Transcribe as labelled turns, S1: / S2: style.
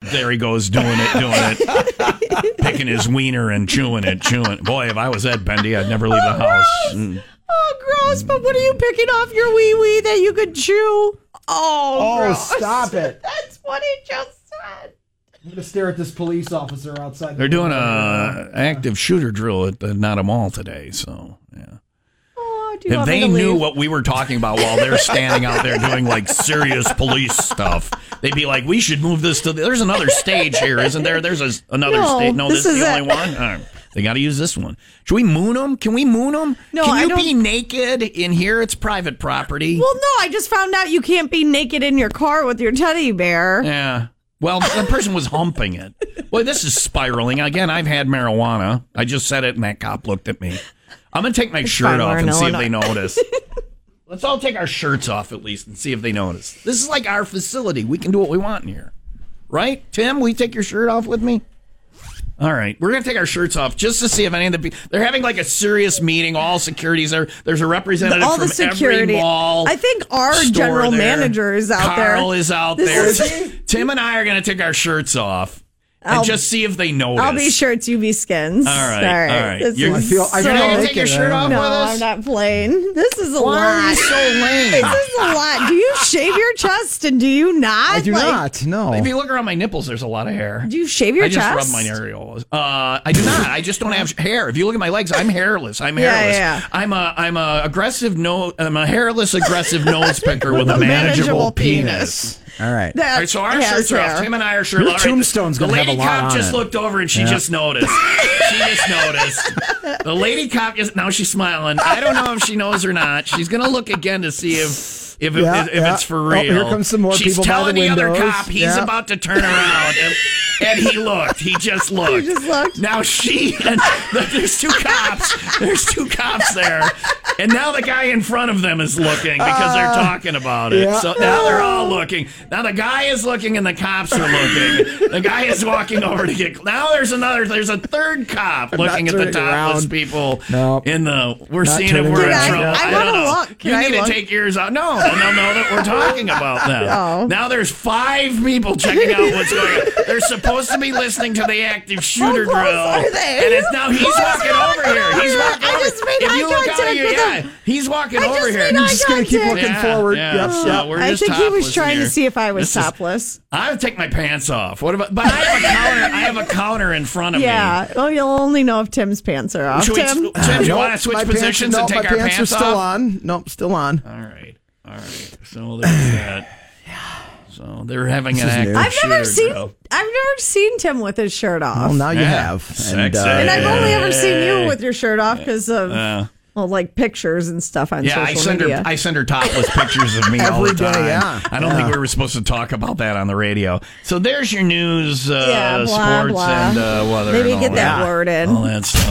S1: there he goes doing it, doing it, picking his wiener and chewing it, chewing. it. Boy, if I was Ed Bendy, I'd never leave the house. Mm.
S2: Oh, gross! But what are you picking off your wee wee that you could chew? Oh,
S3: Oh,
S2: gross.
S3: stop it.
S2: That's what he just said.
S3: I'm gonna stare at this police officer outside.
S1: They're doing a active shooter drill at the Not a Mall today, so yeah.
S2: Oh, do you
S1: If
S2: want me
S1: they
S2: to
S1: knew
S2: leave?
S1: what we were talking about while they're standing out there doing like serious police stuff, they'd be like, "We should move this to the, there's another stage here, isn't there? There's a, another
S2: No,
S1: stage. No, this,
S2: this
S1: is,
S2: is
S1: the
S2: it.
S1: only one. All right. They got to use this one. Should we moon them? Can we moon them?
S2: No,
S1: Can
S2: I
S1: you
S2: don't-
S1: be naked in here? It's private property.
S2: Well, no, I just found out you can't be naked in your car with your teddy bear.
S1: Yeah. Well, the person was humping it. Boy, this is spiraling. Again, I've had marijuana. I just said it, and that cop looked at me. I'm going to take my shirt
S2: fine,
S1: off
S2: we're
S1: and
S2: in
S1: see if
S2: Illinois.
S1: they notice. Let's all take our shirts off at least and see if they notice. This is like our facility. We can do what we want in here. Right? Tim, will you take your shirt off with me? All right. We're going to take our shirts off just to see if any of the people. They're having like a serious meeting. All securities there. There's a representative
S2: All
S1: from
S2: the security.
S1: every mall.
S2: I think our
S1: store
S2: general
S1: there.
S2: manager is out there.
S1: Carl is out
S2: This
S1: there.
S2: is-
S1: Tim and I are going to take our shirts off and
S2: I'll-
S1: just see if they notice.
S2: I'll be shirts, you be skins.
S1: All right, all right.
S2: This
S1: You're-
S2: is
S1: I
S3: feel-
S2: so-
S3: I
S1: You're not
S3: feel
S1: going to
S3: like
S1: take your
S3: it,
S1: shirt
S3: uh,
S1: off
S2: No,
S1: with us?
S2: I'm not playing. This is a
S1: Why are
S2: lot.
S1: you so lame?
S2: this is a lot. Do you shave your chest and do you not?
S3: I do
S2: Like,
S3: not. No.
S1: If you look around my nipples, there's a lot of hair.
S2: Do you shave your
S1: I just
S2: chest?
S1: rub my areolas. Uh, I do not. I just don't have hair. If you look at my legs, I'm hairless. I'm
S2: Yeah,
S1: hairless.
S2: yeah, yeah.
S1: I'm a I'm a aggressive no. I'm a hairless aggressive nose picker with a manageable,
S2: manageable
S1: penis.
S2: penis.
S3: All right.
S2: That
S1: All right, so our
S2: has
S1: shirts are off.
S2: hair.
S1: Tim and I are shirtless.
S3: Your
S1: All right,
S3: tombstone's
S1: The
S3: gonna have
S1: lady
S3: a lot
S1: cop
S3: on
S1: just
S3: it.
S1: looked over and she just noticed. she just noticed. The lady cop is now she's smiling. I don't know if she knows or not. She's gonna look again to see if if, it-
S3: Yeah,
S1: if,
S3: yeah.
S1: it's for
S3: Oh,
S1: real.
S3: here comes some more
S1: she's
S3: people by the
S1: telling other
S3: windows.
S1: cop he's
S3: Yeah.
S1: about to turn around, and, and he looked. He just looked.
S2: just looked.
S1: Now she and there's two cops. There's two cops there, and now the guy in front of them is looking because they're talking about it.
S3: Uh, yeah.
S1: So now they're all looking. Now the guy is looking, and the cops are looking. the guy is walking over to get. Now there's another. There's a third cop looking at the
S3: turning
S1: topless
S3: around.
S1: people.
S3: No.
S1: in the we're
S3: Not
S1: seeing if
S3: turning
S1: we're in
S3: around.
S1: trouble.
S2: I- I
S1: don't
S2: wanna
S1: know.
S2: look. Can
S1: You
S2: I
S1: need
S2: look?
S1: to take yours out. No, then they'll know that we're talking about them.
S2: No.
S1: Now there's five people checking out what's going on. They're supposed to be listening to the active shooter
S2: How close
S1: drill.
S2: are they?
S1: And it's now he's
S2: Who's
S1: walking
S2: walking
S1: over here. He's
S2: over?
S1: walking
S2: I
S1: over.
S2: just made
S1: if
S2: eye
S1: you look out
S2: contact
S1: of your-
S2: with
S1: yeah,
S2: him.
S1: he's walking
S2: I just
S1: over here.
S2: made eye
S3: just gonna keep
S2: contact.
S3: looking forward.
S1: Yeah,
S3: Yep,
S1: so we're
S2: I
S1: just
S2: think he was
S1: topless
S2: trying
S1: here.
S2: to see if I was
S1: This is-
S2: topless.
S1: I would take my pants off. What about? But I have a counter. I have a counter in front of me.
S2: yeah. Oh, you'll only know if Tim's pants are off.
S1: Should we,
S2: Tim.
S1: Tim, do you
S3: Nope,
S1: want to switch
S3: my pants-
S1: positions
S3: nope,
S1: and take
S3: my
S1: our
S3: pants,
S1: pants
S3: are
S1: off?
S3: still on. Nope, still on.
S1: All right. All right. So there's that. So they're having an active
S2: I've never
S1: shooter
S2: seen
S1: drill.
S2: I've never seen Tim with his shirt off.
S3: Well, Oh, now you
S1: Yeah.
S3: have. And, uh,
S1: Sexy.
S2: and I've only
S1: Yeah.
S2: ever seen you with your shirt off because of
S1: Uh,
S2: well, like pictures and stuff on
S1: yeah,
S2: social
S1: I send
S2: media.
S1: her I send her topless pictures of me all the
S3: Every day,
S1: time.
S3: yeah.
S1: I don't think
S3: Yeah.
S1: we were supposed to talk about that on the radio. So there's your news, uh,
S2: Yeah, blah,
S1: sports
S2: blah.
S1: and uh, weather.
S2: Maybe
S1: and all Oh,
S2: get that word in.
S1: All that stuff.